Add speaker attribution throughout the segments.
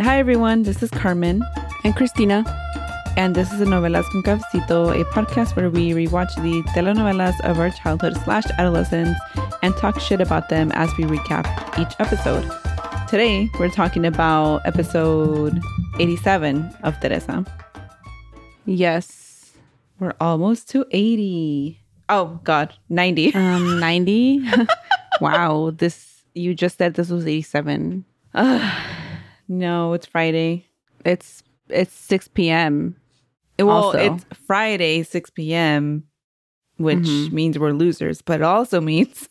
Speaker 1: Hi, everyone. This is Carmen,
Speaker 2: And Christina,
Speaker 1: and this is a Novelas con Cafecito, a podcast where we rewatch the telenovelas of our childhood slash adolescence and talk shit about them as we recap each episode. Today, we're talking about episode 87 of Teresa. Yes, we're almost to 80. Oh, God, 90.
Speaker 2: um, 90. wow, this, you just said this was 87.
Speaker 1: no, it's Friday.
Speaker 2: It's, it's 6 p.m.
Speaker 1: Well,
Speaker 2: Also.
Speaker 1: it's Friday, 6 p.m., which means we're losers, but it also means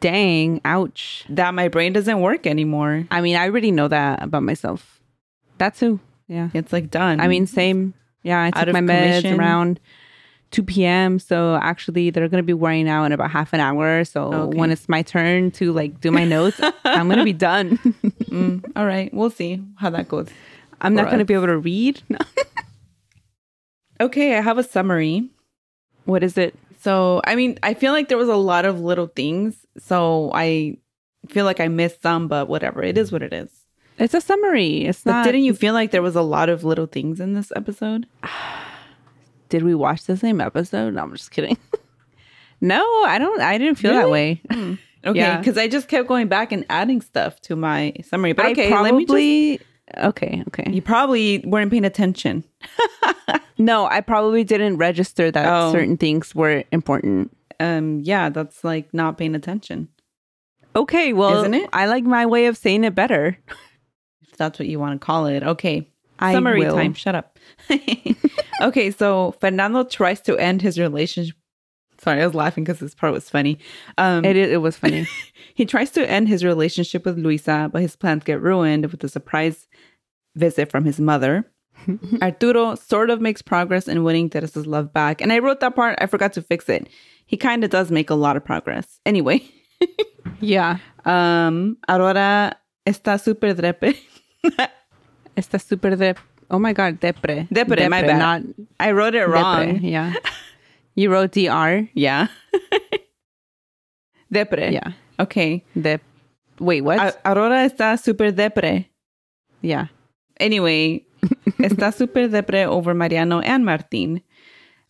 Speaker 2: Dang, ouch.
Speaker 1: that my brain doesn't work anymore.
Speaker 2: I mean, I already know that about myself. That too. Yeah.
Speaker 1: It's like done.
Speaker 2: I mean, same. Yeah, I
Speaker 1: Out
Speaker 2: took
Speaker 1: of
Speaker 2: my meds
Speaker 1: commission.
Speaker 2: around 2 p.m. So actually, they're going to be wearing out in about half an hour. So
Speaker 1: Okay.
Speaker 2: when it's my turn to like do my notes, I'm going to be done.
Speaker 1: Mm, all right, we'll see how that goes.
Speaker 2: I'm
Speaker 1: For
Speaker 2: not going to
Speaker 1: us.
Speaker 2: be able to read.
Speaker 1: Okay, I have a summary.
Speaker 2: what is it?
Speaker 1: So, I mean, I feel like there was a lot of little things. So, I feel like I missed some, but whatever. It is what it is.
Speaker 2: It's a summary. It's
Speaker 1: But
Speaker 2: not.
Speaker 1: didn't you feel like there was a lot of little things in this episode?
Speaker 2: did we watch the same episode? No, I'm just kidding. no, I don't. I didn't feel that
Speaker 1: Really? Hmm,
Speaker 2: way.
Speaker 1: Okay,
Speaker 2: Yeah.
Speaker 1: because I just kept going back and adding stuff to my summary. But
Speaker 2: I
Speaker 1: okay, let me just
Speaker 2: probably. okay. Okay.
Speaker 1: You probably weren't paying attention.
Speaker 2: No, I probably didn't register that
Speaker 1: Oh.
Speaker 2: certain things were important.
Speaker 1: Um, yeah, that's like not paying attention.
Speaker 2: Okay. Well,
Speaker 1: Isn't it?
Speaker 2: I like my way of saying it better.
Speaker 1: If that's what you want to call it. Okay.
Speaker 2: I
Speaker 1: Summary
Speaker 2: will.
Speaker 1: time. Shut up. okay, so Fernando tries to end his relationship. Sorry, I was laughing because this part was funny. Um,
Speaker 2: It, i- it was funny.
Speaker 1: he tries to end his relationship with Luisa, but his plans get ruined with a surprise visit from his mother. Arturo sort of makes progress in winning Teresa's love back. And I wrote that part, I forgot to fix it. He kind of does make a lot of progress. Anyway.
Speaker 2: yeah.
Speaker 1: Um, Aurora está super drepe.
Speaker 2: Está super de. Oh my God. Depre.
Speaker 1: Depre, my bad.
Speaker 2: Not
Speaker 1: I wrote it wrong.
Speaker 2: depre. Yeah. You wrote DR.
Speaker 1: Yeah. depre.
Speaker 2: Yeah.
Speaker 1: Okay.
Speaker 2: Dep. Wait, what?
Speaker 1: A- Aurora está super depre.
Speaker 2: yeah.
Speaker 1: Anyway, está super depre over Mariano and Martin.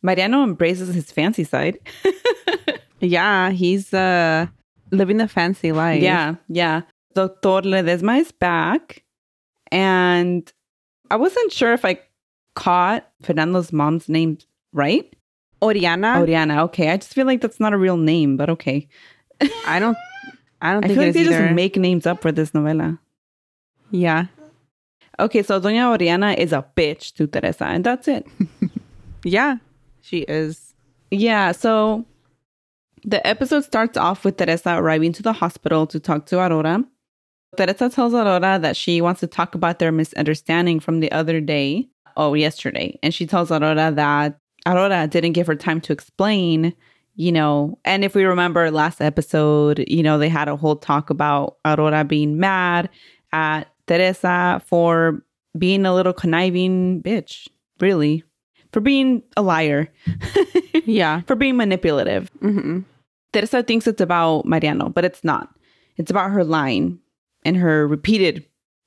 Speaker 1: Mariano embraces his fancy side.
Speaker 2: Yeah. He's uh living the fancy life.
Speaker 1: Yeah, yeah. Doctor Ledesma is back. And I wasn't sure if I caught Fernando's mom's name right.
Speaker 2: Oriana.
Speaker 1: Oriana. Okay, I just feel like that's not a real name, but okay.
Speaker 2: I don't. I don't
Speaker 1: I
Speaker 2: think
Speaker 1: feel like
Speaker 2: it
Speaker 1: they
Speaker 2: is either.
Speaker 1: just make names up for this novela.
Speaker 2: yeah.
Speaker 1: Okay, so Doña Oriana is a bitch to Teresa, and that's it.
Speaker 2: Yeah. She is.
Speaker 1: yeah, so the episode starts off with Teresa arriving to the hospital to talk to Aurora. Teresa tells Aurora that she wants to talk about their misunderstanding from the other day, oh, yesterday. And she tells Aurora that Aurora didn't give her time to explain, you know. And if we remember last episode, you know, they had a whole talk about Aurora being mad at Teresa for being a little conniving bitch, really, for being a liar,
Speaker 2: Yeah.
Speaker 1: for being manipulative.
Speaker 2: hmm
Speaker 1: Teresa thinks it's about Mariano, but it's not. It's about her lying and her repeated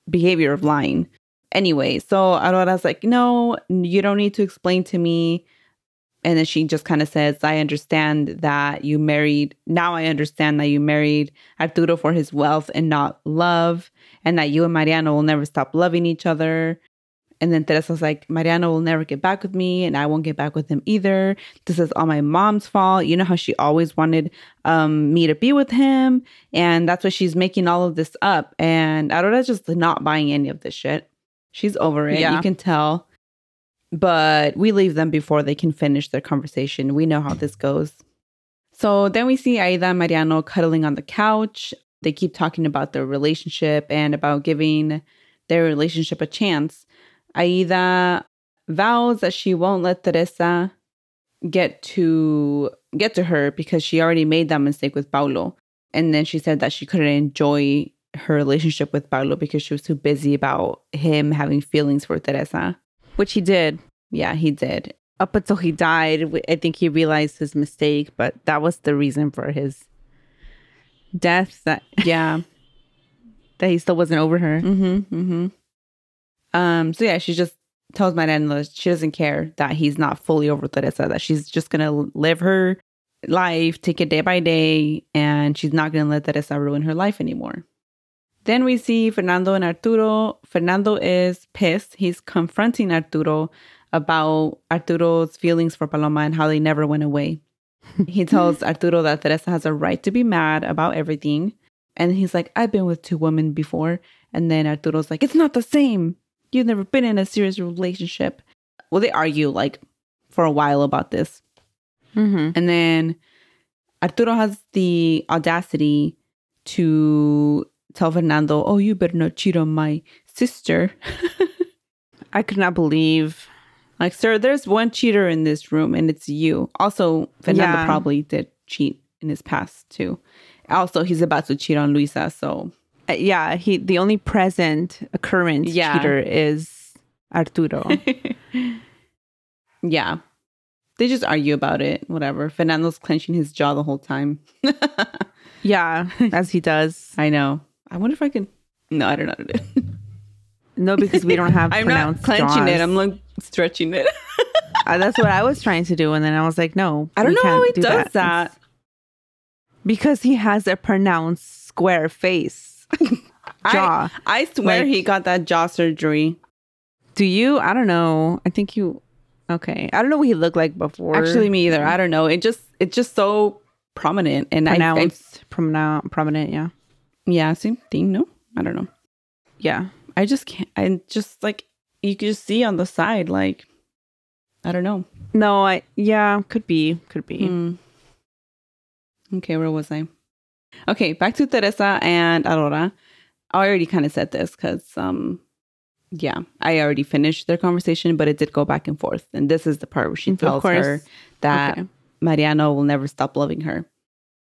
Speaker 1: behavior of lying. Anyway, so Aurora's like, no, you don't need to explain to me. And then she just kind of says, I understand that you married, now I understand that you married Arturo for his wealth and not love, and that you and Mariano will never stop loving each other. And then Teresa's like, Mariano will never get back with me, and I won't get back with him either. This is all my mom's fault. You know how she always wanted um, me to be with him, and that's why she's making all of this up. And Aurora's just not buying any of this shit. She's over it.
Speaker 2: Yeah.
Speaker 1: You can tell. But we leave them before they can finish their conversation. We know how this goes. So then we see Aida and Mariano cuddling on the couch. They keep talking about their relationship and about giving their relationship a chance. Aida vows that she won't let Teresa get to get to her because she already made that mistake with Paulo. And then she said that she couldn't enjoy her relationship with Paulo because she was too busy about him having feelings for Teresa.
Speaker 2: which he did
Speaker 1: Yeah, he did.
Speaker 2: up until he died. w- I think he realized his mistake, but that was the reason for his death that
Speaker 1: Yeah.
Speaker 2: that he still wasn't over her.
Speaker 1: Mm-hmm. Mm-hmm. Um, so yeah, she just tells my dad that she doesn't care that he's not fully over Teresa, that she's just gonna live her life, take it day by day, and she's not gonna let Teresa ruin her life anymore. Then we see Fernando and Arturo. Fernando is pissed. He's confronting Arturo about Arturo's feelings for Paloma and how they never went away. he tells Arturo that Teresa has a right to be mad about everything. And he's like, I've been with two women before. And then Arturo's like, it's not the same. You've never been in a serious relationship. Well, they argue like for a while about this.
Speaker 2: Mm-hmm.
Speaker 1: And then Arturo has the audacity to tell Fernando, oh, you better not cheat on my sister.
Speaker 2: I could not believe.
Speaker 1: Like, sir, there's one cheater in this room and it's you. Also, Fernando
Speaker 2: Yeah.
Speaker 1: probably did cheat in his past too. Also, he's about to cheat on Luisa. So,
Speaker 2: Uh, yeah, he the only present occurrence
Speaker 1: Yeah.
Speaker 2: cheater is Arturo.
Speaker 1: yeah. They just argue about it, whatever. Fernando's clenching his jaw the whole time.
Speaker 2: yeah, as he does.
Speaker 1: I know. I wonder if I can. No, I don't know how to do it.
Speaker 2: No, because we don't have.
Speaker 1: I'm not
Speaker 2: pronounced
Speaker 1: clenching it.
Speaker 2: jaws.
Speaker 1: I'm like stretching it.
Speaker 2: Uh, that's what I was trying to do, and then I was like, no,
Speaker 1: I don't
Speaker 2: we
Speaker 1: know how
Speaker 2: can't
Speaker 1: it
Speaker 2: do
Speaker 1: does that.
Speaker 2: because he has a pronounced square face jaw.
Speaker 1: I, I swear
Speaker 2: Like-
Speaker 1: he got that jaw surgery.
Speaker 2: Do you? I don't know. I think you. Okay, I don't know what he looked like before.
Speaker 1: Actually, me either. I don't know. It just it's just so prominent, and I, I
Speaker 2: pronounced, pronoun- prominent. Yeah,
Speaker 1: yeah, same thing. No, I don't know.
Speaker 2: yeah.
Speaker 1: I just can't. I just like you can just see on the side, like I don't know.
Speaker 2: No, I. Yeah, could be, could be.
Speaker 1: Mm. Okay, where was I? Okay, back to Teresa and Aurora. I already kind of said this because, um, yeah, I already finished their conversation, but it did go back and forth. And this is the part where she
Speaker 2: Of
Speaker 1: tells
Speaker 2: course.
Speaker 1: her that
Speaker 2: Okay.
Speaker 1: Mariano will never stop loving her.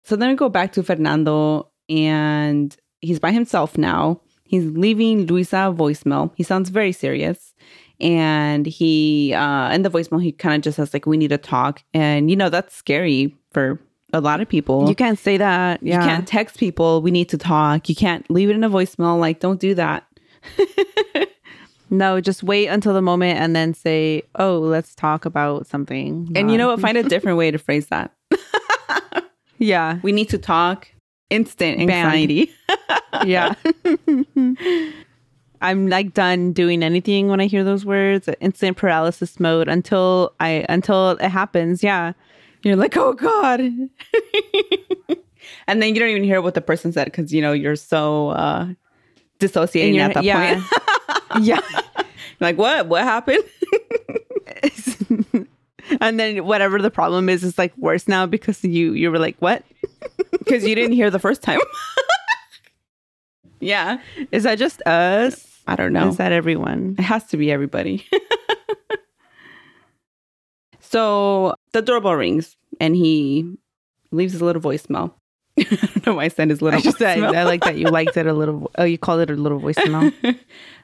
Speaker 1: So then we go back to Fernando, and he's by himself now. He's leaving Luisa a voicemail. He sounds very serious. And he, uh, in the voicemail, he kind of just says, like, we need to talk. And, you know, that's scary for a lot of people.
Speaker 2: You can't say that. Yeah.
Speaker 1: You can't text people. We need to talk. You can't leave it in a voicemail. Like, don't do that.
Speaker 2: No, just wait until the moment and then say, "Oh, let's talk about something."
Speaker 1: And you
Speaker 2: Not-
Speaker 1: know what? Find a different way to phrase that.
Speaker 2: Yeah.
Speaker 1: We need to talk. Instant
Speaker 2: Banned.
Speaker 1: anxiety.
Speaker 2: yeah. I'm like done doing anything when I hear those words. Instant paralysis mode until I until it happens. Yeah.
Speaker 1: You're like, oh God. and then you don't even hear what the person said because, you know, you're so uh,
Speaker 2: And
Speaker 1: dissociating
Speaker 2: you're-
Speaker 1: at that
Speaker 2: yeah.
Speaker 1: point.
Speaker 2: yeah.
Speaker 1: like, what? What happened?
Speaker 2: And then whatever the problem is is like worse now because you you were like, "What?
Speaker 1: Because you didn't hear the first time. yeah.
Speaker 2: Is that just us?
Speaker 1: I don't know.
Speaker 2: Is that everyone?"
Speaker 1: It has to be everybody. so the doorbell rings and he leaves his little voicemail. I don't know why I sent his little
Speaker 2: I just I,
Speaker 1: voicemail.
Speaker 2: I like that you liked it a little. Oh, you called it a little voicemail.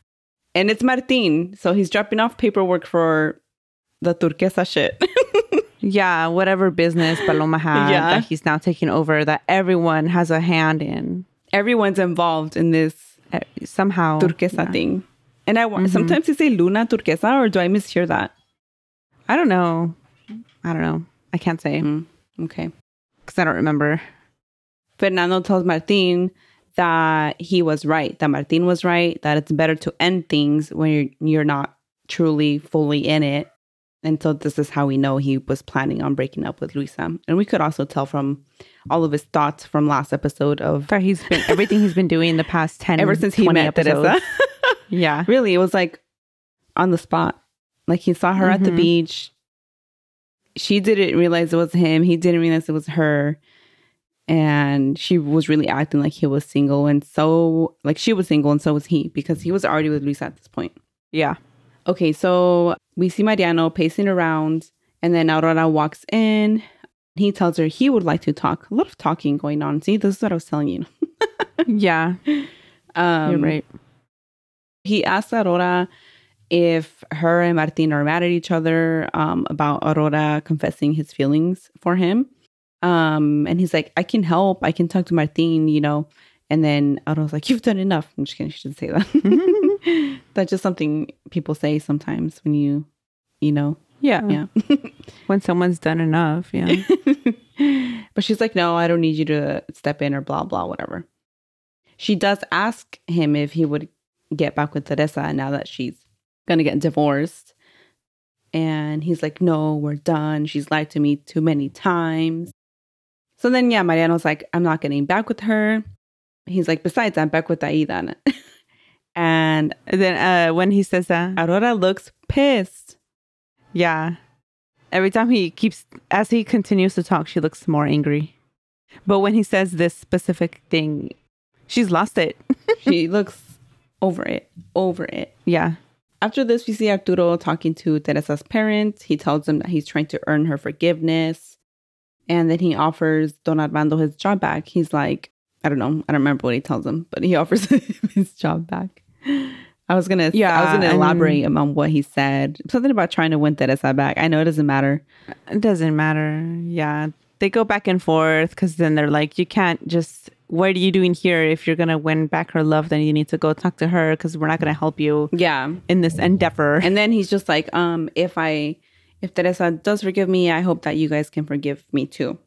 Speaker 1: and it's Martin. So he's dropping off paperwork for the turquesa shit.
Speaker 2: Yeah, whatever business Paloma had
Speaker 1: Yeah.
Speaker 2: that he's now taking over, that everyone has a hand in
Speaker 1: Everyone's involved in this
Speaker 2: eh, somehow.
Speaker 1: turquesa
Speaker 2: Yeah. Mm-hmm.
Speaker 1: thing. And I want sometimes you say Luna turquesa, or do I mishear that?
Speaker 2: I don't know. I don't know. I can't say
Speaker 1: Mm. Okay.
Speaker 2: because I don't remember.
Speaker 1: Fernando tells Martin that he was right, that Martin was right, that it's better to end things when you're, you're not truly fully in it. And so this is how we know he was planning on breaking up with Luisa. And we could also tell from all of his thoughts from last episode of
Speaker 2: But he's been everything he's been doing the past ten
Speaker 1: ever since he
Speaker 2: 20
Speaker 1: met
Speaker 2: episodes.
Speaker 1: Teresa.
Speaker 2: Yeah,
Speaker 1: really, it was like on the spot. Like he saw her at the
Speaker 2: Mhm.
Speaker 1: beach. she didn't realize it was him. He didn't realize it was her. And she was really acting like he was single. And so, like, she was single and so was he because he was already with Luisa at this point.
Speaker 2: Yeah.
Speaker 1: Okay, so we see Mariano pacing around, and then Aurora walks in. He tells her he would like to talk. A lot of talking going on. See, this is what I was telling you.
Speaker 2: Yeah.
Speaker 1: Um,
Speaker 2: you're right.
Speaker 1: He asks Aurora if her and Martin are mad at each other um, about Aurora confessing his feelings for him. Um, and he's like, I can help. I can talk to Martin, you know. And then Aurora's like, You've done enough. I'm just kidding. She didn't say that. That's just something people say sometimes when you, you know,
Speaker 2: Yeah.
Speaker 1: yeah.
Speaker 2: When someone's done enough. Yeah.
Speaker 1: but she's like, no, I don't need you to step in or blah, blah, whatever. She does ask him if he would get back with Teresa now that she's going to get divorced. And he's like, no, we're done. She's lied to me too many times. So then, yeah, Mariano's like, I'm not getting back with her. He's like, besides, I'm back with Aida. and
Speaker 2: And then uh, when he says that,
Speaker 1: Aurora looks pissed.
Speaker 2: yeah. Every time he keeps, as he continues to talk, she looks more angry. But when he says this specific thing, she's lost it.
Speaker 1: She looks over it, over it.
Speaker 2: Yeah.
Speaker 1: After this, we see Arturo talking to Teresa's parents. He tells them that he's trying to earn her forgiveness. And then he offers Don Armando his job back. He's like, I don't know. I don't remember what he tells him, but he offers him his job back. I was gonna yeah, I was
Speaker 2: Yeah,
Speaker 1: gonna
Speaker 2: I
Speaker 1: elaborate on what he said. Something about trying to win Teresa back. I know it doesn't matter.
Speaker 2: It doesn't matter. Yeah. They go back and forth because then they're like, you can't just, what are you doing here? If you're going to win back her love, then you need to go talk to her because we're not going to help you
Speaker 1: Yeah.
Speaker 2: in this endeavor.
Speaker 1: And then he's just like, um, if I if Teresa does forgive me, I hope that you guys can forgive me too.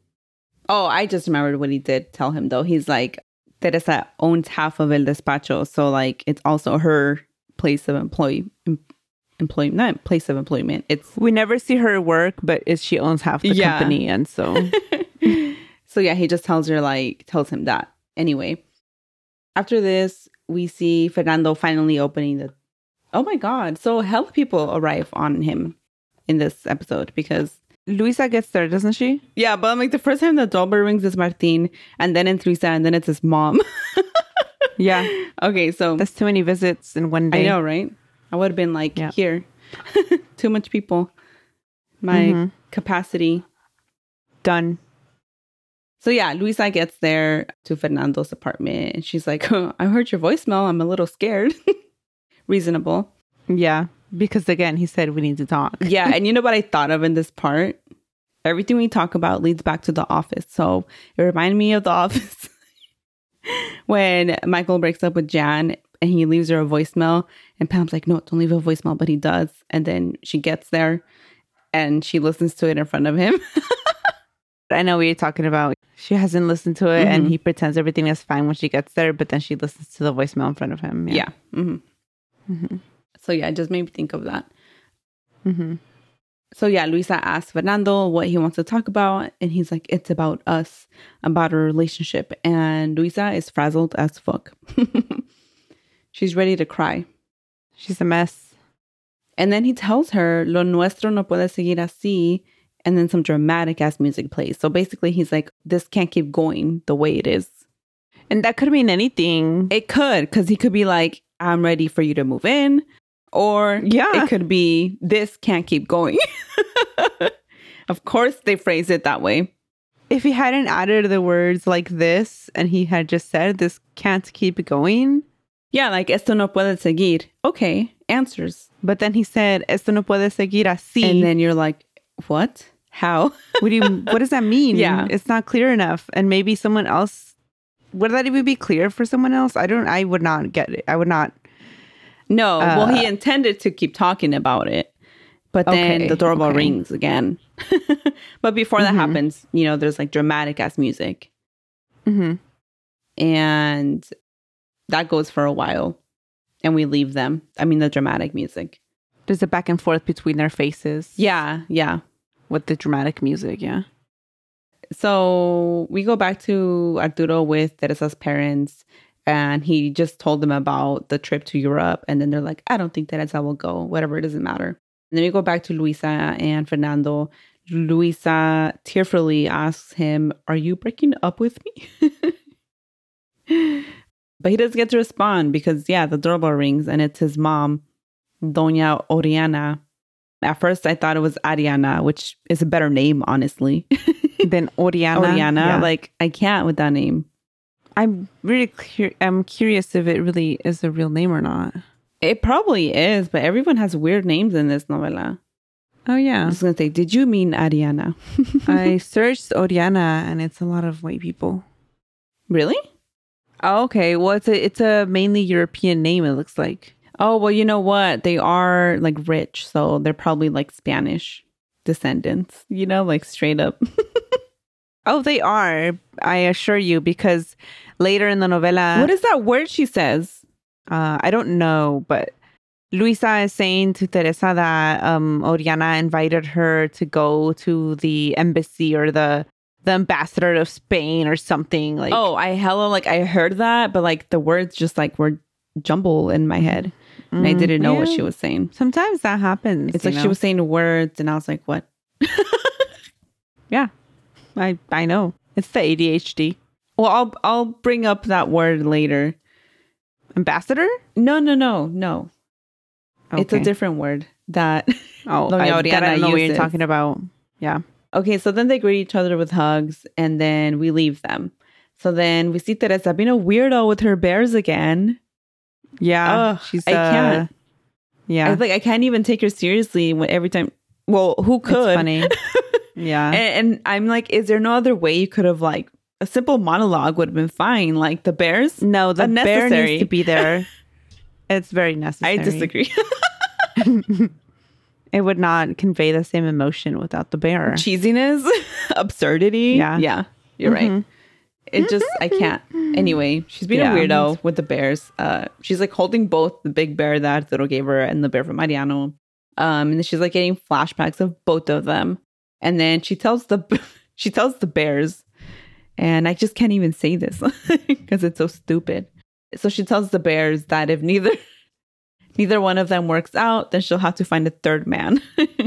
Speaker 1: Oh, I just remembered what he did tell him though. He's like, Teresa owns half of El Despacho, so like it's also her place of employee em- employment not place of employment. It's
Speaker 2: we never see her work, but is she owns half the
Speaker 1: Yeah.
Speaker 2: company. And so,
Speaker 1: so yeah, he just tells her like tells him that. Anyway. After this, we see Fernando finally opening the Oh my god. So hell people arrive on him in this episode because
Speaker 2: Luisa gets there, doesn't she?
Speaker 1: Yeah, but I'm like the first time the doorbell rings is Martin, and then it's Luisa, and then it's his mom.
Speaker 2: Yeah.
Speaker 1: okay, so
Speaker 2: That's too many visits in one
Speaker 1: I
Speaker 2: day.
Speaker 1: know, right? I would have been like,
Speaker 2: Yeah.
Speaker 1: here, too much people, my
Speaker 2: Mhm.
Speaker 1: capacity.
Speaker 2: Done.
Speaker 1: So yeah, Luisa gets there to Fernando's apartment, and she's like, "Huh, "I heard your voicemail. I'm a little scared." Reasonable.
Speaker 2: Yeah. Because again, he said we need to talk.
Speaker 1: Yeah, and you know what I thought of in this part? Everything we talk about leads back to the office. So it reminded me of the office when Michael breaks up with Jan and he leaves her a voicemail. And Pam's like, no, don't leave a voicemail, but he does. And then she gets there and she listens to it in front of him.
Speaker 2: I know we are talking about she hasn't listened to it and
Speaker 1: Mhm.
Speaker 2: he pretends everything is fine when she gets there, but then she listens to the voicemail in front of him.
Speaker 1: yeah. hmm
Speaker 2: Mhm.
Speaker 1: So yeah, it just made me think of that.
Speaker 2: Mhm.
Speaker 1: So yeah, Luisa asks Fernando what he wants to talk about, and he's like, "It's about us, about our relationship." And Luisa is frazzled as fuck. She's ready to cry.
Speaker 2: She's a mess.
Speaker 1: And then he tells her, "Lo nuestro no puede seguir así." And then some dramatic ass music plays. So basically, he's like, "This can't keep going the way it is."
Speaker 2: And that could mean anything.
Speaker 1: It could, because he could be like, "I'm ready for you to move in," or
Speaker 2: Yeah.
Speaker 1: it could be, "This can't keep going." of course, they phrase it that way.
Speaker 2: if he hadn't added the words like this and he had just said this can't keep going,
Speaker 1: Yeah, like esto no puede seguir. Okay, answers.
Speaker 2: but then he said, Esto no puede seguir así.
Speaker 1: And then you're like, what? How?
Speaker 2: what do you what does that mean?
Speaker 1: Yeah.
Speaker 2: It's not clear enough. And maybe someone else would that even be clear for someone else? I don't I would not get it. I would not
Speaker 1: No, well, he intended to keep talking about it, but then
Speaker 2: Uh, Okay,
Speaker 1: the doorbell
Speaker 2: okay.
Speaker 1: rings again. but before that happens, you know, there's like dramatic ass music,
Speaker 2: mm-hmm.
Speaker 1: and that goes for a while, and we leave them. I mean, the dramatic music.
Speaker 2: there's a back and forth between their faces.
Speaker 1: Yeah, yeah.
Speaker 2: With the dramatic music, yeah.
Speaker 1: So we go back to Arturo with Teresa's parents, and he just told them about the trip to Europe. And then they're like, I don't think Teresa will go, whatever, it doesn't matter. And then we go back to Luisa and Fernando. Luisa tearfully asks him, Are you breaking up with me? but he doesn't get to respond because, yeah, the doorbell rings and it's his mom, Doña Oriana. At first, I thought it was Ariana, which is a better name, honestly.
Speaker 2: then Oriana.
Speaker 1: Oriana,
Speaker 2: yeah.
Speaker 1: like, I can't with that name.
Speaker 2: I'm really cur- I'm curious if it really is a real name or not.
Speaker 1: It probably is, but everyone has weird names in this novela.
Speaker 2: Oh
Speaker 1: I
Speaker 2: yeah.
Speaker 1: was going to say, Did you mean Ariana?
Speaker 2: I searched Oriana and it's a lot of white people.
Speaker 1: really?
Speaker 2: Oh, okay. Well, it's a it's a mainly European name it looks like.
Speaker 1: Oh, well, you know what? They are like rich, so they're probably like Spanish descendants, you know, like straight up.
Speaker 2: Oh, they are. I assure you because later in the novella
Speaker 1: what is that word she says?
Speaker 2: Uh, I don't know, but Luisa is saying to Teresa that um, Oriana invited her to go to the embassy or the the ambassador of Spain or something like.
Speaker 1: oh, I hella like I heard that, but like the words just like were jumble in my head, and I
Speaker 2: mm,
Speaker 1: didn't know what
Speaker 2: yeah.
Speaker 1: she was saying.
Speaker 2: Sometimes that happens.
Speaker 1: Mm-hmm. It's
Speaker 2: you
Speaker 1: like she
Speaker 2: know?
Speaker 1: was saying words, and I was like, "What?"
Speaker 2: Yeah, I I know. It's the ADHD
Speaker 1: Well, I'll I'll bring up that word later.
Speaker 2: ambassador.
Speaker 1: No, no, no, no. It's a
Speaker 2: Okay.
Speaker 1: different word that.
Speaker 2: Oh,
Speaker 1: Doña
Speaker 2: I, that I
Speaker 1: Oriana
Speaker 2: don't know what you're
Speaker 1: uses.
Speaker 2: talking about. Yeah.
Speaker 1: Okay, so then they greet each other with hugs and then we leave them. So then we see Teresa being a weirdo with her bears again.
Speaker 2: Yeah.
Speaker 1: Ugh,
Speaker 2: she's.
Speaker 1: I
Speaker 2: uh,
Speaker 1: can't.
Speaker 2: Yeah.
Speaker 1: I like I can't even take her seriously when every time well, who
Speaker 2: it's
Speaker 1: could?
Speaker 2: funny. yeah.
Speaker 1: And, and I'm like, is there no other way you could have like a simple monologue would have been fine? Like the bears?
Speaker 2: No, the bear
Speaker 1: Unnecessary.
Speaker 2: needs to be there. it's very necessary.
Speaker 1: I disagree.
Speaker 2: It would not convey the same emotion without the bear.
Speaker 1: Cheesiness, absurdity.
Speaker 2: Yeah. Mm-hmm.
Speaker 1: Yeah. You're right. It just I can't. Anyway, she's being
Speaker 2: Yeah.
Speaker 1: a weirdo with the bears. Uh she's like holding both the big bear that Arturo gave her and the bear from Mariano. Um and then she's like getting flashbacks of both of them. And then she tells the she tells the bears and I just can't even say this because it's so stupid. So she tells the bears that if neither neither one of them works out, then she'll have to find a third man.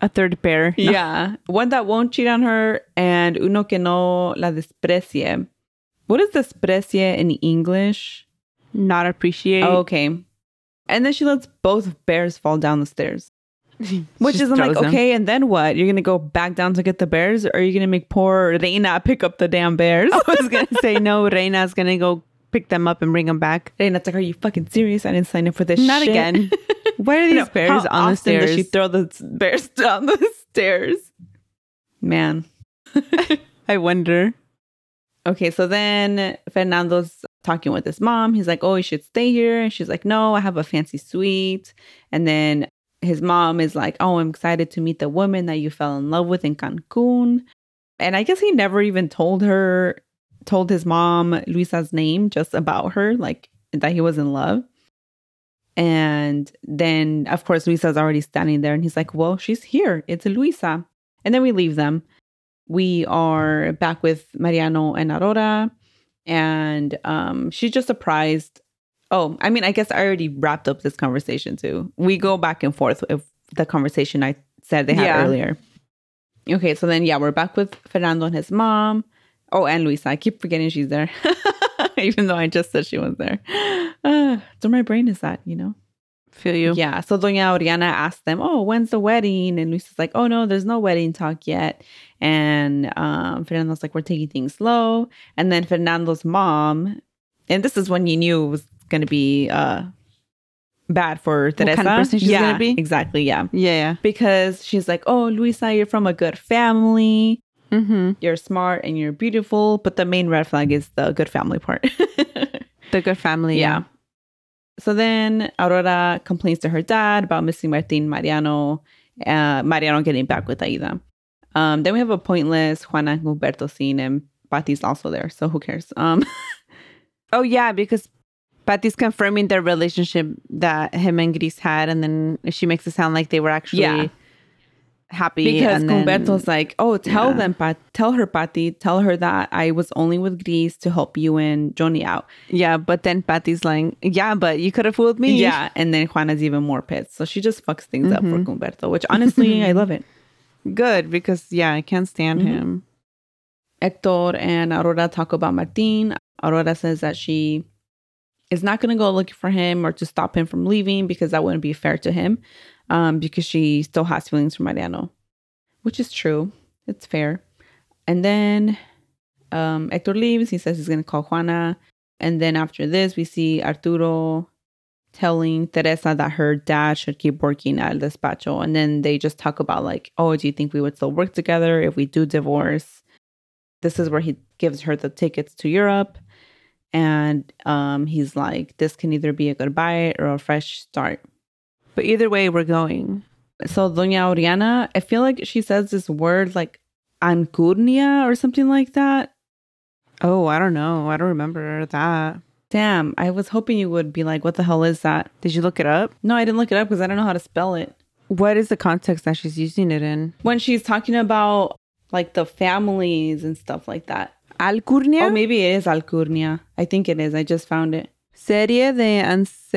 Speaker 2: A third bear. No.
Speaker 1: Yeah. One that won't cheat on her and uno que no la desprecie. What is desprecie in English?
Speaker 2: Not appreciate.
Speaker 1: Oh, okay. And then she lets both bears fall down the stairs. Which
Speaker 2: Just
Speaker 1: is I'm like,
Speaker 2: throws them.
Speaker 1: okay, and then what? You're gonna go back down to get the bears, or are you gonna make poor Reina pick up the damn bears?
Speaker 2: I was going to say, no, Reina's going to go pick them up and bring them back.
Speaker 1: Reina's like, are you fucking serious? I didn't sign up for this.
Speaker 2: Not
Speaker 1: shit."
Speaker 2: again. Where are
Speaker 1: You
Speaker 2: these
Speaker 1: know,
Speaker 2: bears
Speaker 1: how
Speaker 2: on the
Speaker 1: often
Speaker 2: stairs?
Speaker 1: Does she throw the s- bears down the stairs? Man.
Speaker 2: I wonder.
Speaker 1: Okay, so then Fernando's talking with his mom. He's like, "Oh, you should stay here." And she's like, "No, I have a fancy suite." And then his mom is like, "Oh, I'm excited to meet the woman that you fell in love with in Cancun." And I guess he never even told her told his mom Luisa's name just about her, like that he was in love. And then of course Luisa's already standing there and he's like, "Well, she's here. It's Luisa." And then we leave them we are back with Mariano and Aurora, and um, she's just surprised. Oh, I mean, I guess I already wrapped up this conversation too. We go back and forth of the conversation I said they had
Speaker 2: Yeah.
Speaker 1: earlier. Okay, so then yeah, we're back with Fernando and his mom. Oh, and Luisa. I keep forgetting she's there, even though I just said she was there. Uh, so my brain is that, you know.
Speaker 2: Feel you.
Speaker 1: Yeah. So Doña Oriana asked them, Oh, when's the wedding? And Luisa's like, Oh, no, there's no wedding talk yet. And um, Fernando's like, We're taking things slow. And then Fernando's mom, and this is when you knew it was going to be uh, bad for
Speaker 2: kind
Speaker 1: Teresa.
Speaker 2: of person she's
Speaker 1: yeah,
Speaker 2: gonna be?
Speaker 1: Exactly. Yeah.
Speaker 2: Yeah.
Speaker 1: Because she's like, Oh, Luisa, you're from a good family.
Speaker 2: yeah. Mm-hmm.
Speaker 1: You're smart and you're beautiful. But the main red flag is the good family part.
Speaker 2: The good family.
Speaker 1: Yeah. So then Aurora complains to her dad about missing Martin Mariano, uh, Mariano getting back with Aida. Um, then we have a pointless Juana and Humberto scene, and Pati's also there, so who cares? Um,
Speaker 2: Oh, yeah, because Patty's confirming their relationship that him and Gris had, and then she makes it sound like they were actually
Speaker 1: Yeah.
Speaker 2: happy.
Speaker 1: because
Speaker 2: and then-
Speaker 1: Humberto's like, oh, tell
Speaker 2: Yeah.
Speaker 1: them, Pat, tell her, Pati, tell her that I was only with Gris to help you and Johnny out.
Speaker 2: Yeah, but then Patty's like, yeah, but you could have fooled me. Mm-hmm.
Speaker 1: Yeah, and then Juana's even more pissed, so she just fucks things up for Humberto, which honestly, I love it.
Speaker 2: Good, because yeah, I can't stand
Speaker 1: Mhm.
Speaker 2: him.
Speaker 1: Hector and Aurora talk about Martin. Aurora says that she is not going to go looking for him or to stop him from leaving because that wouldn't be fair to him um, because she still has feelings for Mariano, which is true. It's fair. And then um, Hector leaves. He says he's going to call Juana. And then after this, we see Arturo telling Teresa that her dad should keep working at El Despacho. And then they just talk about, like, oh, do you think we would still work together if we do divorce? this is where he gives her the tickets to Europe. And um, he's like, this can either be a goodbye or a fresh start.
Speaker 2: But either way, we're going.
Speaker 1: So, Doña Oriana, I feel like she says this word like ancunia or something like that.
Speaker 2: Oh, I don't know. I don't remember that.
Speaker 1: Damn, I was hoping you would be like, what the hell is that?
Speaker 2: Did you look it up?
Speaker 1: No, I didn't look it up because I don't know how to spell it.
Speaker 2: What is the context that she's using it in?
Speaker 1: When she's talking about like the families and stuff like that.
Speaker 2: Alcurnia?
Speaker 1: Oh, maybe it is alcurnia. I think it is. I just found it.
Speaker 2: Serie de ance-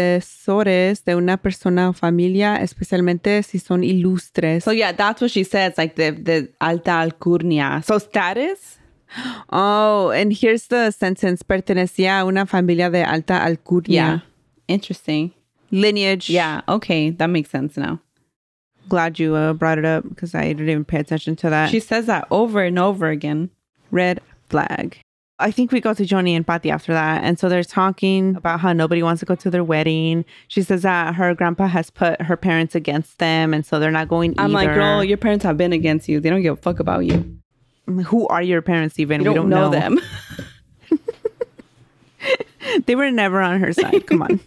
Speaker 2: antecesores de una persona o familia, especialmente si son ilustres.
Speaker 1: So, yeah, that's what she says like the, the alta alcurnia. So, status?
Speaker 2: oh, and here's the sentence. Pertenecía a una familia de alta alcurnia.
Speaker 1: Yeah. Interesting.
Speaker 2: Lineage.
Speaker 1: Yeah. Okay. That makes sense now.
Speaker 2: Glad you uh, brought it up because I didn't even pay attention to that.
Speaker 1: She says that over and over again.
Speaker 2: red flag. I think we go to Johnny and Patty after that. And so they're talking about how nobody wants to go to their wedding. She says that her grandpa has put her parents against them. And so they're not going
Speaker 1: I'm
Speaker 2: either.
Speaker 1: like, girl, your parents have been against you. They don't give a fuck about you. You
Speaker 2: who are your parents even?
Speaker 1: don't,
Speaker 2: we don't
Speaker 1: know, them.
Speaker 2: They were never on her side. Come on.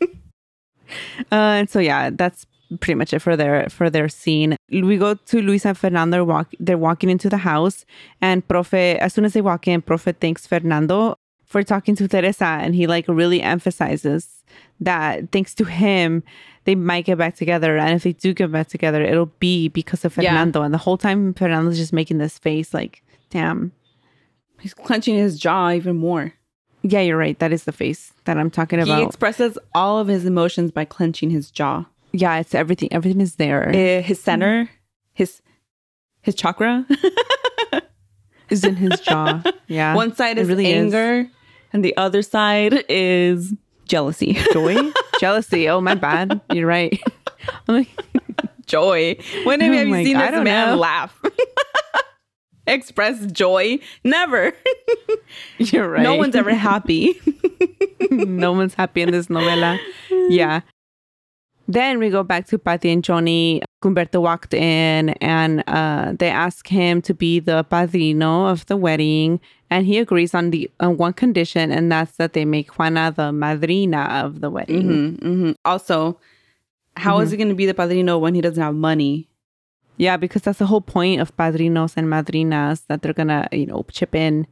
Speaker 2: Uh, and so yeah, that's pretty much it for their for their scene. We go to Luisa and Fernando. They're, walk, they're walking into the house, and Profe, as soon as they walk in, Profe thanks Fernando for talking to Teresa, and he like really emphasizes that thanks to him, they might get back together. And if they do get back together, it'll be because of
Speaker 1: Yeah.
Speaker 2: Fernando. And the whole time, Fernando's just making this face like, "Damn,
Speaker 1: He's clenching his jaw even more.
Speaker 2: yeah, you're right. That is the face that I'm talking about."
Speaker 1: He expresses all of his emotions by clenching his jaw.
Speaker 2: yeah, it's everything. Everything is there.
Speaker 1: Eh, his center, his his chakra.
Speaker 2: is in his jaw. Yeah.
Speaker 1: One side
Speaker 2: It
Speaker 1: is
Speaker 2: really is.
Speaker 1: anger, and the other side is jealousy,
Speaker 2: joy, jealousy. Oh, my bad. You're right. I'm like,
Speaker 1: joy. When have
Speaker 2: Oh
Speaker 1: you
Speaker 2: my
Speaker 1: seen
Speaker 2: God, I
Speaker 1: this
Speaker 2: don't
Speaker 1: man
Speaker 2: know.
Speaker 1: laugh? Express joy? Never.
Speaker 2: you're right.
Speaker 1: No one's ever happy.
Speaker 2: no one's happy in this novela. Yeah. Then we go back to Patty and Johnny. Humberto walked in and uh, they ask him to be the padrino of the wedding. And he agrees on the on one condition, and that's that they make Juana the madrina of the wedding. mm-hmm.
Speaker 1: hmm Also, how is he going to be the padrino when he doesn't have money?
Speaker 2: Yeah, because that's the whole point of padrinos and madrinas that they're gonna, you know, chip in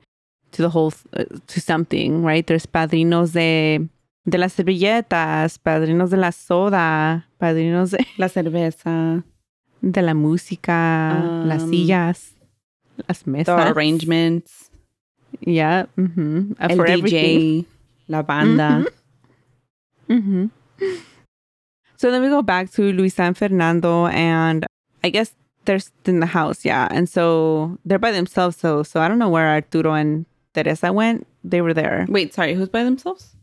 Speaker 2: to the whole uh, to something, right? There's padrinos de de las servilletas, padrinos de la soda, padrinos de,
Speaker 1: La cerveza,
Speaker 2: de la música, las
Speaker 1: Um,
Speaker 2: sillas, las mesas,
Speaker 1: the arrangements,
Speaker 2: Yeah, mm-hmm. Uh,
Speaker 1: el
Speaker 2: for
Speaker 1: DJ,
Speaker 2: everything.
Speaker 1: la banda.
Speaker 2: Mm-hmm. So then we go back to Luisa and Fernando, and I guess they're st- in the house, yeah. And so they're by themselves, so so I don't know where Arturo and Teresa went. They were there.
Speaker 1: Wait, sorry, who's by themselves?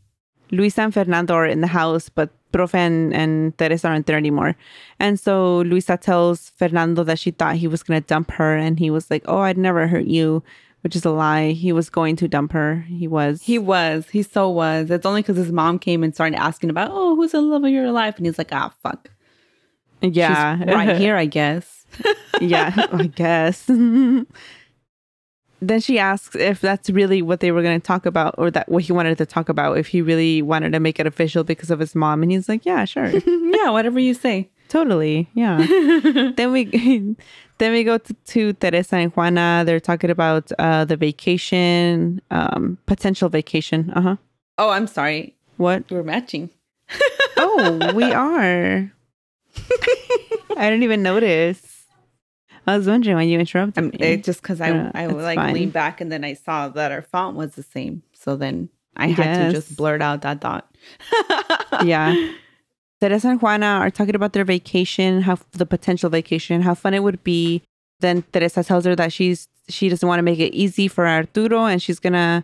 Speaker 2: Luisa and Fernando are in the house, but Profe and, and Teresa aren't there anymore. And so Luisa tells Fernando that she thought he was going to dump her, and he was like, "Oh, I'd never hurt you," which is a lie. He was going to dump her. He was.
Speaker 1: He was. He so was. It's only because his mom came and started asking about, oh, who's the love of your life? And he's like, ah, fuck.
Speaker 2: yeah,
Speaker 1: She's right here, I guess.
Speaker 2: yeah, I guess. then she asks if that's really what they were going to talk about or that what he wanted to talk about, if he really wanted to make it official because of his mom. And he's like, yeah, sure.
Speaker 1: yeah, whatever you say.
Speaker 2: totally. Yeah. then we then we go to, to Teresa and Juana. They're talking about uh, the vacation, um, potential vacation. Uh-huh.
Speaker 1: Oh, I'm sorry.
Speaker 2: What?
Speaker 1: We're matching.
Speaker 2: Oh, we are. I didn't even notice. I was wondering why you interrupted
Speaker 1: I'm,
Speaker 2: me.
Speaker 1: it, just because I,
Speaker 2: Yeah,
Speaker 1: I
Speaker 2: it's
Speaker 1: like
Speaker 2: fine.
Speaker 1: leaned back and then I saw that our font was the same. So then I had to
Speaker 2: Yes.
Speaker 1: just blurt out that thought.
Speaker 2: yeah. Teresa and Juana are talking about their vacation, how the potential vacation, how fun it would be. Then Teresa tells her that she's she doesn't want to make it easy for Arturo, and she's gonna.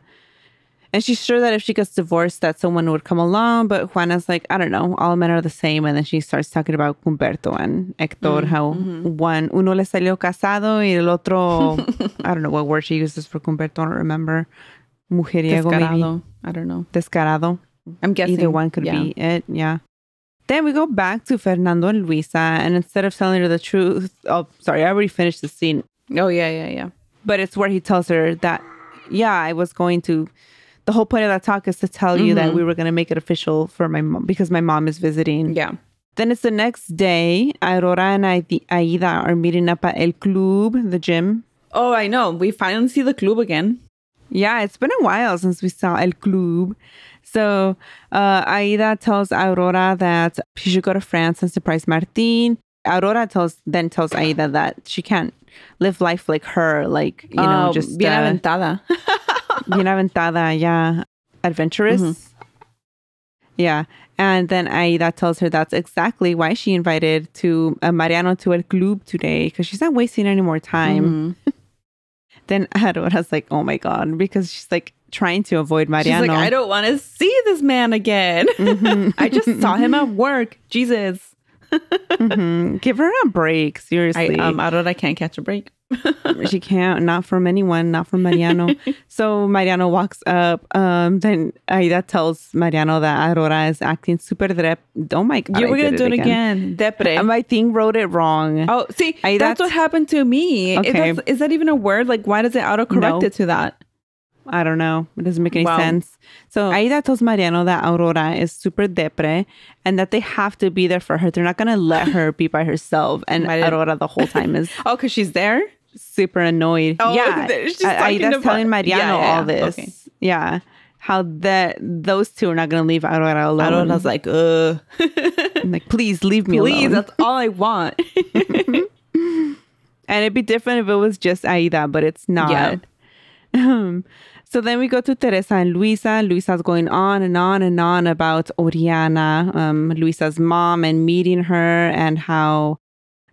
Speaker 2: And she's sure that if she gets divorced, that someone would come along. But Juana's like, I don't know, all men are the same. And then she starts talking about Humberto and Hector, how one uno le salió casado y el otro, I don't know what word she uses for Humberto. I don't remember. Mujeriego, maybe.
Speaker 1: Descarado. I don't know.
Speaker 2: Descarado.
Speaker 1: I'm guessing
Speaker 2: Either one could
Speaker 1: yeah.
Speaker 2: be it. Yeah. Then we go back to Fernando and Luisa, and instead of telling her the truth, oh, sorry, I already finished the scene,
Speaker 1: Oh yeah, yeah, yeah.
Speaker 2: but it's where he tells her that, yeah, I was going to. The whole point of that talk is to tell you
Speaker 1: Mm-hmm.
Speaker 2: that we were going to make it official for my mom because my mom is visiting.
Speaker 1: Yeah.
Speaker 2: Then it's the next day. Aurora and Aide- Aida are meeting up at El Club, the gym.
Speaker 1: Oh, I know. We finally see the club again.
Speaker 2: Yeah, it's been a while since we saw El Club. So uh, Aida tells Aurora that she should go to France and surprise Martin. Aurora tells then tells Aida that she can't live life like her, like you know,
Speaker 1: Um,
Speaker 2: just
Speaker 1: bien
Speaker 2: uh,
Speaker 1: aventada.
Speaker 2: bien aventada, yeah, adventurous.
Speaker 1: Mm-hmm.
Speaker 2: Yeah. And then Aida tells her that's exactly why she invited to uh, Mariano to El Club today because she's not wasting any more time.
Speaker 1: Mm-hmm.
Speaker 2: then Adora's like, oh my God, because she's like trying to avoid
Speaker 1: She's
Speaker 2: Mariano.
Speaker 1: like, I don't want to see this man again.
Speaker 2: Mm-hmm.
Speaker 1: I just saw him at work. Jesus.
Speaker 2: Mm, Give her a break,
Speaker 1: I
Speaker 2: seriously.
Speaker 1: um Aurora I can't catch a break.
Speaker 2: she can't, not from anyone, not from Mariano. so Mariano walks up. Um, then Aida tells Mariano that Aurora is acting super drep. Oh my God.
Speaker 1: You
Speaker 2: I
Speaker 1: were gonna
Speaker 2: did
Speaker 1: do it again. Depre.
Speaker 2: And my thing wrote it wrong.
Speaker 1: oh, see,
Speaker 2: I-
Speaker 1: that's,
Speaker 2: that's-
Speaker 1: what happened to me. Is
Speaker 2: Okay.
Speaker 1: that's- Is that even a word? Like, why does it autocorrect
Speaker 2: No.
Speaker 1: it to that?
Speaker 2: I don't know. It doesn't make any
Speaker 1: Wow.
Speaker 2: sense. So Aida tells Mariano that Aurora is super depre and that they have to be there for her. They're not going to let her be by herself. And
Speaker 1: Mariano-
Speaker 2: Aurora the whole time is
Speaker 1: Oh, because she's there.
Speaker 2: super annoyed.
Speaker 1: Oh,
Speaker 2: yeah.
Speaker 1: she's
Speaker 2: A-
Speaker 1: talking
Speaker 2: Aida's
Speaker 1: about-
Speaker 2: telling Mariano
Speaker 1: Yeah, yeah,
Speaker 2: all
Speaker 1: yeah.
Speaker 2: this.
Speaker 1: Okay.
Speaker 2: Yeah. How that those two are not going to leave Aurora alone.
Speaker 1: Aurora's like, uh,
Speaker 2: I'm like, please leave me
Speaker 1: please,
Speaker 2: alone.
Speaker 1: that's all I want.
Speaker 2: And it'd be different if it was just Aida, but it's not.
Speaker 1: Yeah.
Speaker 2: Um, so then we go to Teresa and Luisa. Luisa's going on and on and on about Oriana, um, Luisa's mom, and meeting her, and how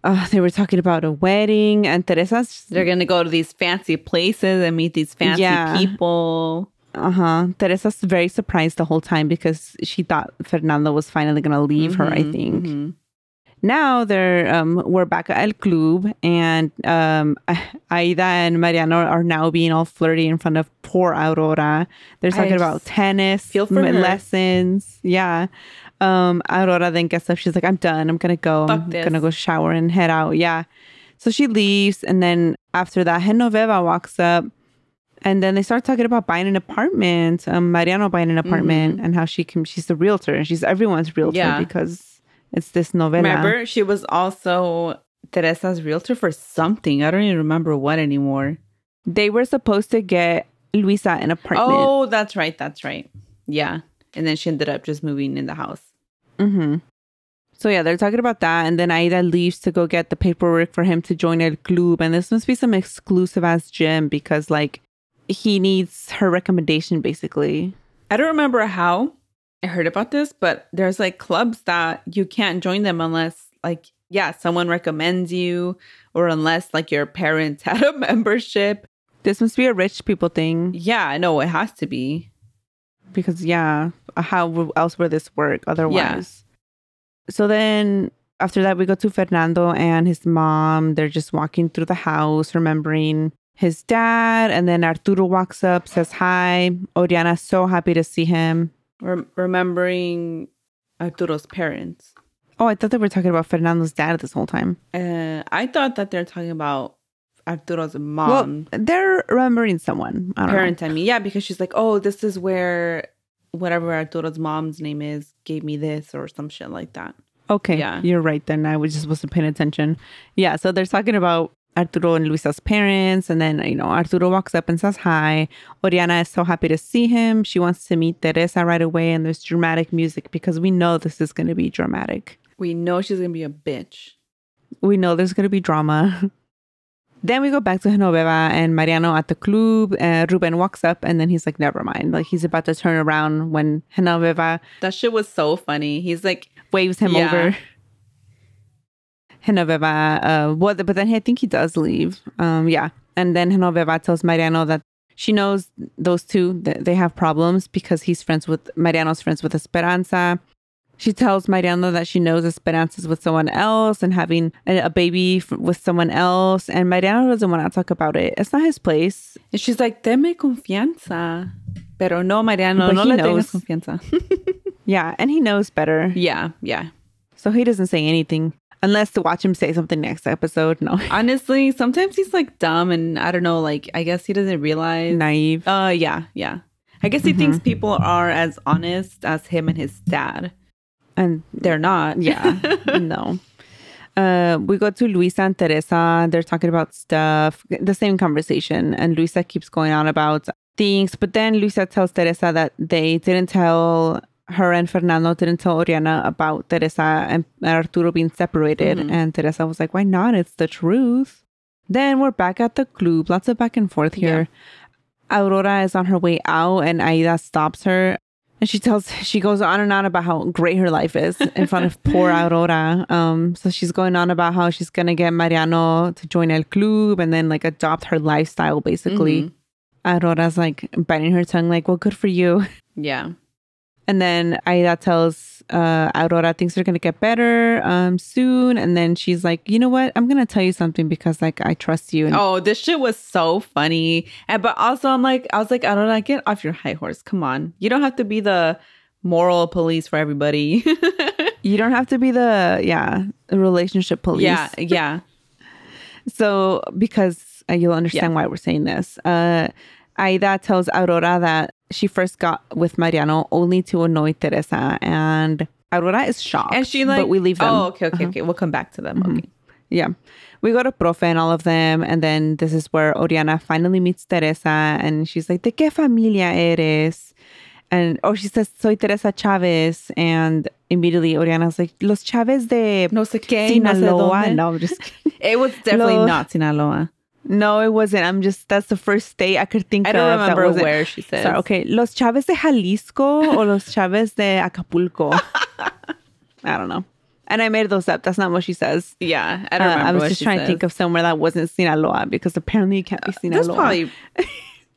Speaker 2: uh, they were talking about a wedding. And Teresa's
Speaker 1: They're gonna go to these fancy places and meet these fancy
Speaker 2: Yeah.
Speaker 1: people.
Speaker 2: Uh huh. Teresa's very surprised the whole time because she thought Fernando was finally gonna leave her.
Speaker 1: Mm-hmm,
Speaker 2: I think now they're um we're back at El Club and um Aida and Mariano are now being all flirty in front of poor Aurora. They're talking about
Speaker 1: just
Speaker 2: tennis,
Speaker 1: feel for
Speaker 2: m-
Speaker 1: her.
Speaker 2: lessons. Yeah. Um, Aurora then gets up. She's like, "I'm done. I'm gonna go.
Speaker 1: Fuck
Speaker 2: I'm
Speaker 1: this."
Speaker 2: gonna go shower and head out." Yeah. So she leaves, and then after that, Genoveva walks up. And then they start talking about buying an apartment. Um, Mariano buying an apartment and how she can. She's the realtor and she's everyone's realtor
Speaker 1: Mm-hmm. Yeah.
Speaker 2: because it's this novela.
Speaker 1: Remember, she was also Teresa's realtor for something. I don't even remember what anymore.
Speaker 2: They were supposed to get Luisa an apartment.
Speaker 1: Oh, that's right. That's right. Yeah. And then she ended up just moving in the house.
Speaker 2: hmm So yeah, they're talking about that, and then Aida leaves to go get the paperwork for him to join El Club, and this must be some exclusive ass gym because like he needs her recommendation basically.
Speaker 1: I don't remember how I heard about this, but there's like clubs that you can't join them unless like yeah, someone recommends you or unless like your parents had a membership.
Speaker 2: This must be a rich people thing
Speaker 1: Yeah, I know it has to be.
Speaker 2: because yeah, how w- else would this work otherwise? So then after that, we go to Fernando and his mom. They're just walking through the house, remembering his dad, and then Arturo walks up, says hi. Oriana's so happy to see him.
Speaker 1: Rem- remembering Arturo's parents.
Speaker 2: Oh, I thought they were talking about Fernando's dad this whole time.
Speaker 1: Uh, I thought that they're talking about Arturo's mom.
Speaker 2: well, they're remembering someone. I don't
Speaker 1: parent, I mean, yeah, because she's like, oh, this is where whatever Arturo's mom's name is gave me this or some shit like that.
Speaker 2: know. Okay,
Speaker 1: Yeah.
Speaker 2: you're right. Then I was just wasn't paying attention. Yeah, so they're talking about Arturo and Luisa's parents, and then you know Arturo walks up and says hi. Oriana is so happy to see him. She wants to meet Teresa right away, and there's dramatic music because we know this is going to be dramatic.
Speaker 1: We know she's gonna be a bitch.
Speaker 2: We know there's going to be drama. Then we go back to Genoveva and Mariano at the club. Uh, Ruben walks up and then he's like, never mind. Like he's about to turn around when Genoveva
Speaker 1: That shit was so funny. He's like,
Speaker 2: waves him
Speaker 1: Yeah.
Speaker 2: over. Genoveva, uh, well, but then I think he does leave. Um, yeah. And then Genoveva tells Mariano that she knows those two, that they have problems because he's friends with, Mariano's friends with Esperanza. She tells Mariano that she knows Esperanza's with someone else and having a, a baby f- with someone else. And Mariano doesn't want to talk about it. It's not his place.
Speaker 1: and she's like, deme confianza. Pero no, Mariano,
Speaker 2: But
Speaker 1: no
Speaker 2: he
Speaker 1: le
Speaker 2: knows.
Speaker 1: tengas confianza.
Speaker 2: Yeah. And he knows better.
Speaker 1: yeah, yeah.
Speaker 2: So he doesn't say anything unless to watch him say something next episode. No.
Speaker 1: Honestly, sometimes he's like dumb and I don't know, like, I guess he doesn't realize.
Speaker 2: Naive.
Speaker 1: Uh, yeah, yeah. I guess he thinks people are as honest as him and his dad.
Speaker 2: And
Speaker 1: They're not.
Speaker 2: yeah, no. Uh, we go to Luisa and Teresa. They're talking about stuff, the same conversation. And Luisa keeps going on about things. But then Luisa tells Teresa that they didn't tell her and Fernando didn't tell Oriana about Teresa and Arturo being separated. And Teresa was like, why not? It's the truth. Then we're back at the club. Lots of back and forth here. Aurora is on her way out and Aida stops her. And she tells she goes on and on about how great her life is in front of poor Aurora. Um, so she's going on about how she's gonna get Mariano to join El Club and then like adopt her lifestyle basically.
Speaker 1: Mm-hmm.
Speaker 2: Aurora's like biting her tongue, like, well, good for you.
Speaker 1: Yeah.
Speaker 2: And then Aida tells uh, Aurora things are gonna get better um, soon. And then she's like, you know what? I'm gonna tell you something because like I trust you. And
Speaker 1: Oh, this shit was so funny. And but also I'm like, I was like, I don't know, get off your high horse. Come on. You don't have to be the moral police for everybody.
Speaker 2: you don't have to be the yeah relationship police.
Speaker 1: yeah, yeah.
Speaker 2: So, because uh, you'll understand why we're saying this, uh, Aida tells Aurora that she first got with Mariano only to annoy Teresa, and Aurora is shocked.
Speaker 1: And she like
Speaker 2: but we leave them. Uh-huh. Mm-hmm.
Speaker 1: Oh, okay, okay, okay. We'll come back to them. Okay.
Speaker 2: Yeah. We go to Profe and all of them. And then this is where Oriana finally meets Teresa. And she's like, De qué familia eres? And, oh, she says, Soy Teresa Chavez. And immediately Oriana's like, Los Chavez de
Speaker 1: No sé qué, no sé
Speaker 2: Sinaloa.
Speaker 1: dónde.
Speaker 2: No, I'm just kidding.
Speaker 1: It was definitely
Speaker 2: Lo-
Speaker 1: not Sinaloa.
Speaker 2: No, it wasn't. I'm just, that's the first state I could think
Speaker 1: I
Speaker 2: of.
Speaker 1: don't
Speaker 2: that
Speaker 1: remember
Speaker 2: wasn't-
Speaker 1: where she says.
Speaker 2: Sorry, okay. Los Chaves de Jalisco or Los Chaves de Acapulco? I don't know. And I made those up. That's not what she says.
Speaker 1: Yeah. I don't
Speaker 2: Uh,
Speaker 1: remember.
Speaker 2: I was
Speaker 1: what
Speaker 2: just
Speaker 1: she
Speaker 2: trying
Speaker 1: says.
Speaker 2: to think of somewhere that wasn't Sinaloa because apparently you can't be Sinaloa.
Speaker 1: There's probably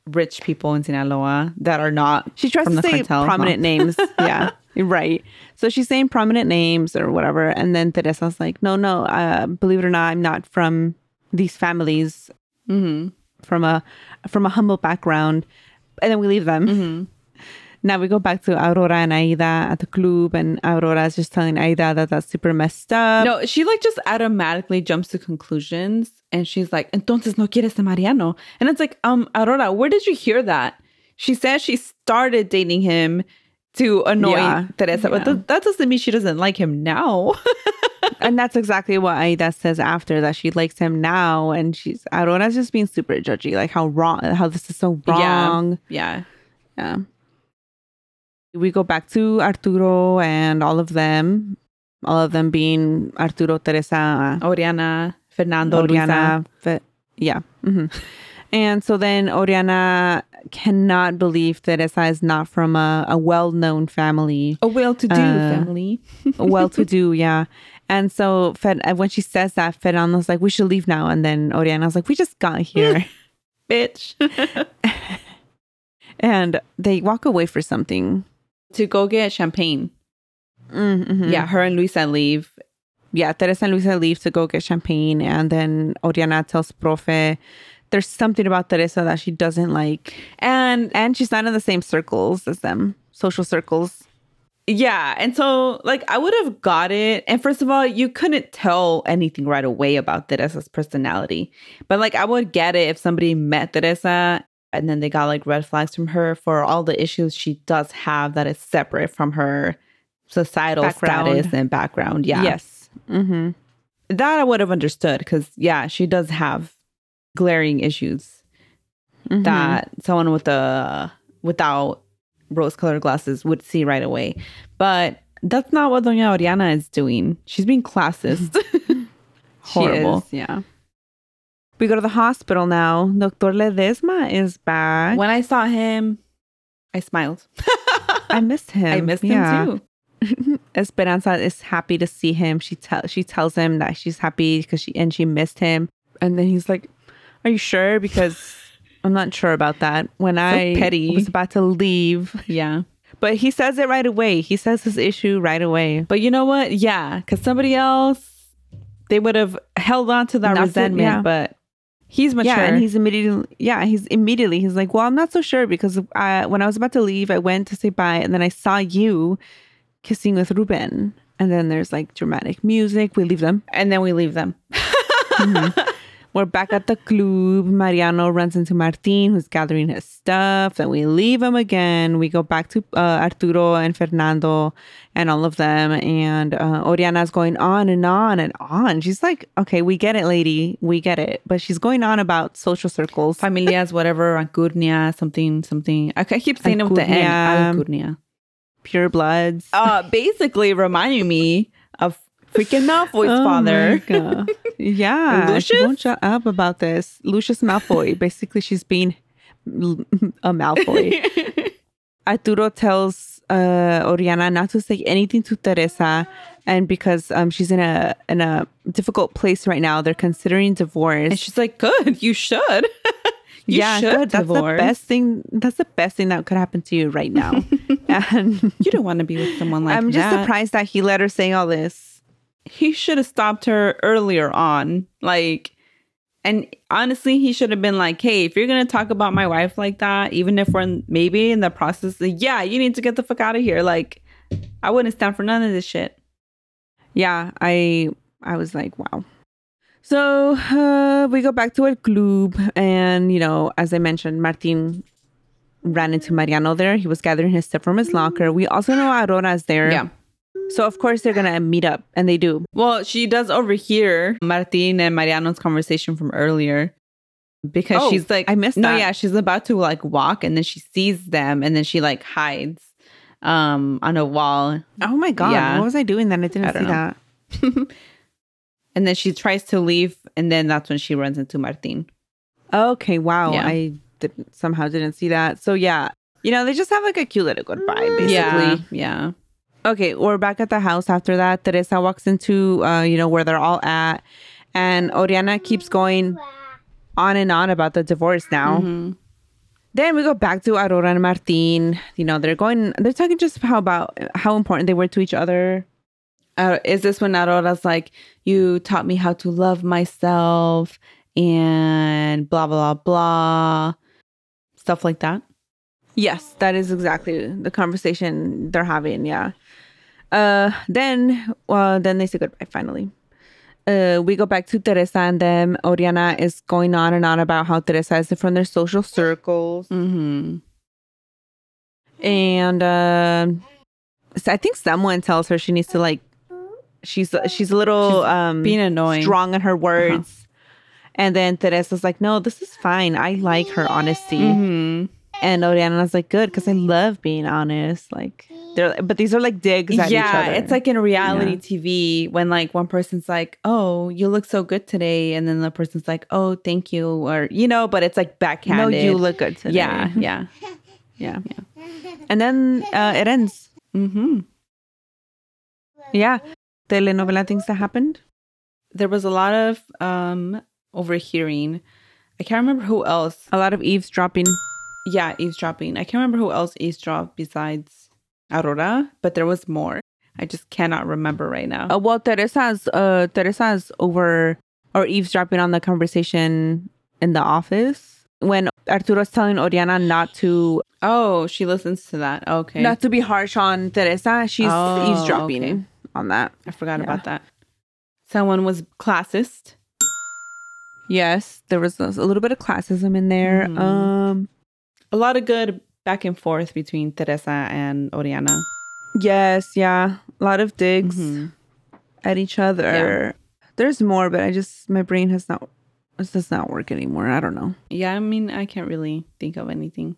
Speaker 1: rich people in Sinaloa that are not
Speaker 2: she tries
Speaker 1: from
Speaker 2: to
Speaker 1: the
Speaker 2: say
Speaker 1: cartel.
Speaker 2: prominent names. Yeah, right. So she's saying prominent names or whatever, and then Teresa's like, "No, no. Uh, believe it or not, I'm not from these families.
Speaker 1: Mm-hmm.
Speaker 2: From a from a humble background." And then we leave them.
Speaker 1: Mm-hmm.
Speaker 2: Now we go back to Aurora and Aida at the club, and Aurora is just telling Aida that that's super messed up.
Speaker 1: No, she like just automatically jumps to conclusions and she's like, Entonces no quieres a Mariano. And it's like, um, Aurora, where did you hear that? She says she started dating him to annoy
Speaker 2: Yeah.
Speaker 1: Teresa, but th- that doesn't mean she doesn't like him now.
Speaker 2: and that's exactly what Aida says after that she likes him now, and she's Aurora's just being super judgy, like how wrong, how this is so wrong.
Speaker 1: Yeah.
Speaker 2: Yeah. We go back to Arturo and all of them, all of them being Arturo, Teresa,
Speaker 1: yeah. Oriana, Fernando, Oriana.
Speaker 2: Oriana. Fe- yeah. hmm And so then Oriana cannot believe Teresa is not from a, a well known family,
Speaker 1: A well to do
Speaker 2: Uh,
Speaker 1: family.
Speaker 2: well to do. Yeah. And so Fer- when she says that, Fernando's like, we should leave now. And then Oriana's like, we just got here.
Speaker 1: Bitch.
Speaker 2: and they walk away for something.
Speaker 1: to go get champagne.
Speaker 2: Mm-hmm.
Speaker 1: Yeah. Her and Luisa leave.
Speaker 2: yeah, Teresa and Luisa leave to go get champagne, and then Oriana tells Profe there's something about Teresa that she doesn't like,
Speaker 1: And
Speaker 2: and she's not in the same circles as them, social circles.
Speaker 1: Yeah. And so, like, I would have got it. And first of all, you couldn't tell anything right away about Teresa's personality. But, like, I would get it if somebody met Teresa and then they got, like, red flags from her for all the issues she does have that is separate from her societal
Speaker 2: Background.
Speaker 1: status and background. Yeah.
Speaker 2: Yes. Mm-hmm.
Speaker 1: That I would have understood because, yeah, she does have glaring issues
Speaker 2: Mm-hmm.
Speaker 1: that someone with a without rose colored glasses would see right away. But that's not what Doña Oriana is doing. She's being classist.
Speaker 2: horrible.
Speaker 1: Horrible.
Speaker 2: yeah. We go to the hospital now. Doctor Ledesma is back.
Speaker 1: When I saw him, I smiled.
Speaker 2: I missed him.
Speaker 1: I missed
Speaker 2: Yeah.
Speaker 1: him too.
Speaker 2: Esperanza is happy to see him. She tell she tells him that she's happy because she and she missed him. And then he's like, "Are you sure? Because I'm not sure about that." When I
Speaker 1: petty.
Speaker 2: was about to leave,
Speaker 1: Yeah.
Speaker 2: but he says it right away. He says his issue right away.
Speaker 1: But you know what? Yeah, because somebody else, they would have held on to that
Speaker 2: Not to-
Speaker 1: resentment,
Speaker 2: yeah.
Speaker 1: but he's mature.
Speaker 2: Yeah, and he's immediately yeah he's immediately he's like, "Well, I'm not so sure because I, when I was about to leave, I went to say bye, and then I saw you kissing with Ruben." And then there's like dramatic music. We leave them.
Speaker 1: and then we leave them.
Speaker 2: We're back at the club. Mariano runs into Martin, who's gathering his stuff. Then we leave him again. We go back to uh, Arturo and Fernando and all of them. And uh, Oriana's going on and on and on. She's like, okay, we get it, lady. We get it. But she's going on about social circles.
Speaker 1: Familias, whatever, Ancurnia, something, something. I, I keep saying it with the N. Ancurnia.
Speaker 2: Pure bloods.
Speaker 1: Uh, basically reminding me of freaking Malfoy's
Speaker 2: Oh my
Speaker 1: father.
Speaker 2: God. yeah. She
Speaker 1: Lucius?
Speaker 2: won't shut up about this. Lucius Malfoy. Basically, she's being l- a Malfoy. Arturo tells uh, Oriana not to say anything to Teresa, and because um, she's in a in a difficult place right now, they're considering divorce.
Speaker 1: And she's like, good, you should. you
Speaker 2: yeah,
Speaker 1: should
Speaker 2: good. That's the
Speaker 1: divorce.
Speaker 2: best thing. That's the best thing that could happen to you right now. and
Speaker 1: You don't want to be with someone like
Speaker 2: I'm just
Speaker 1: that.
Speaker 2: surprised that he let her say all this.
Speaker 1: he should have stopped her earlier on. Like, and honestly, he should have been like, hey, if you're going to talk about my wife like that, even if we're in, maybe in the process, like, yeah, you need to get the fuck out of here. Like, I wouldn't stand for none of this shit.
Speaker 2: yeah i i was like wow so uh, we go back to our club and you know as i mentioned martin ran into mariano there he was gathering his stuff from his locker we also know aurora's there so of course they're gonna meet up and they do
Speaker 1: Well, she does overhear Martin and Mariano's conversation from earlier because
Speaker 2: Oh,
Speaker 1: she's like,
Speaker 2: I missed
Speaker 1: No,
Speaker 2: that.
Speaker 1: yeah, she's about to like walk and then she sees them and then she like hides um on a wall
Speaker 2: oh my god
Speaker 1: Yeah.
Speaker 2: what was i doing then i didn't
Speaker 1: I don't
Speaker 2: see
Speaker 1: know.
Speaker 2: that
Speaker 1: and then she tries to leave and then that's when she runs into Martin.
Speaker 2: okay wow
Speaker 1: Yeah.
Speaker 2: i didn't somehow didn't see that so yeah you know they just have like a cute little goodbye basically
Speaker 1: yeah.
Speaker 2: okay we're back at the house after that teresa walks into uh you know where they're all at and oriana keeps going on and on about the divorce now then we go back to aurora and martin you know they're going they're talking just how about how important they were to each other
Speaker 1: uh, is this when Aurora's like, you taught me how to love myself and blah, blah, blah, stuff like that?
Speaker 2: yes that is exactly the conversation they're having yeah uh then well then they say goodbye finally uh, we go back to Teresa and them. Oriana is going on and on about how Teresa is from their social circles.
Speaker 1: Mm-hmm.
Speaker 2: and um so I think someone tells her she needs to like she's she's a little um
Speaker 1: Being annoying. Uh-huh.
Speaker 2: strong in her words. And then Teresa's like, no, this is fine. I like her honesty.
Speaker 1: Mhm.
Speaker 2: And Oriana's like, good, because I love being honest. Like, they're but these are like digs at each
Speaker 1: Yeah,
Speaker 2: other.
Speaker 1: it's like in reality TV when like one person's like, "Oh, you look so good today," and then the person's like, "Oh, thank you," or you know, but it's like
Speaker 2: no,
Speaker 1: backhanded.
Speaker 2: you look good today.
Speaker 1: Yeah, yeah.
Speaker 2: yeah, And then uh, it ends.
Speaker 1: Mm-hmm.
Speaker 2: Yeah, telenovela things that happened.
Speaker 1: There was a lot of um overhearing. I can't remember who else
Speaker 2: A lot of eavesdropping.
Speaker 1: yeah, eavesdropping. I can't remember who else eavesdropped besides Aurora, but there was more. I just cannot remember right now.
Speaker 2: Uh, well, Teresa's uh, Teresa's over or eavesdropping on the conversation in the office when Arturo's telling Oriana not to
Speaker 1: Oh, she listens to that. Okay.
Speaker 2: not to be harsh on Teresa. She's
Speaker 1: Oh,
Speaker 2: eavesdropping
Speaker 1: okay.
Speaker 2: on that.
Speaker 1: I forgot
Speaker 2: Yeah.
Speaker 1: about that. Someone was classist.
Speaker 2: Yes, there was a a little bit of classism in there.
Speaker 1: Mhm.
Speaker 2: Um,
Speaker 1: A lot of good back and forth between Teresa and Oriana.
Speaker 2: yes, yeah, a lot of digs
Speaker 1: Mhm.
Speaker 2: at each other.
Speaker 1: Yeah.
Speaker 2: There's more, but I just my brain has not it does not work anymore. I don't know.
Speaker 1: Yeah, I mean, I can't really think of anything.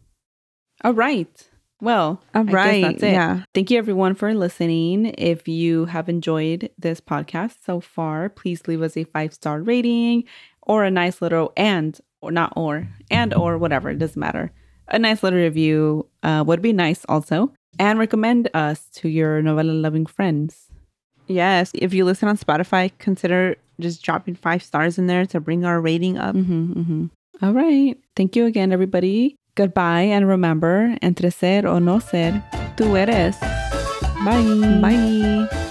Speaker 1: All right. Well,
Speaker 2: All
Speaker 1: I guess
Speaker 2: right,
Speaker 1: that's it.
Speaker 2: yeah.
Speaker 1: Thank you everyone for listening. If you have enjoyed this podcast so far, please leave us a five star rating or a nice little and or not or and or whatever it doesn't matter a nice little review uh, would be nice also and recommend us to your novella loving friends
Speaker 2: Yes. If you listen on Spotify, consider just dropping five stars in there to bring our rating up.
Speaker 1: Mhm, mhm. All right thank you again everybody goodbye and remember entre ser o no ser tú eres bye
Speaker 2: Bye.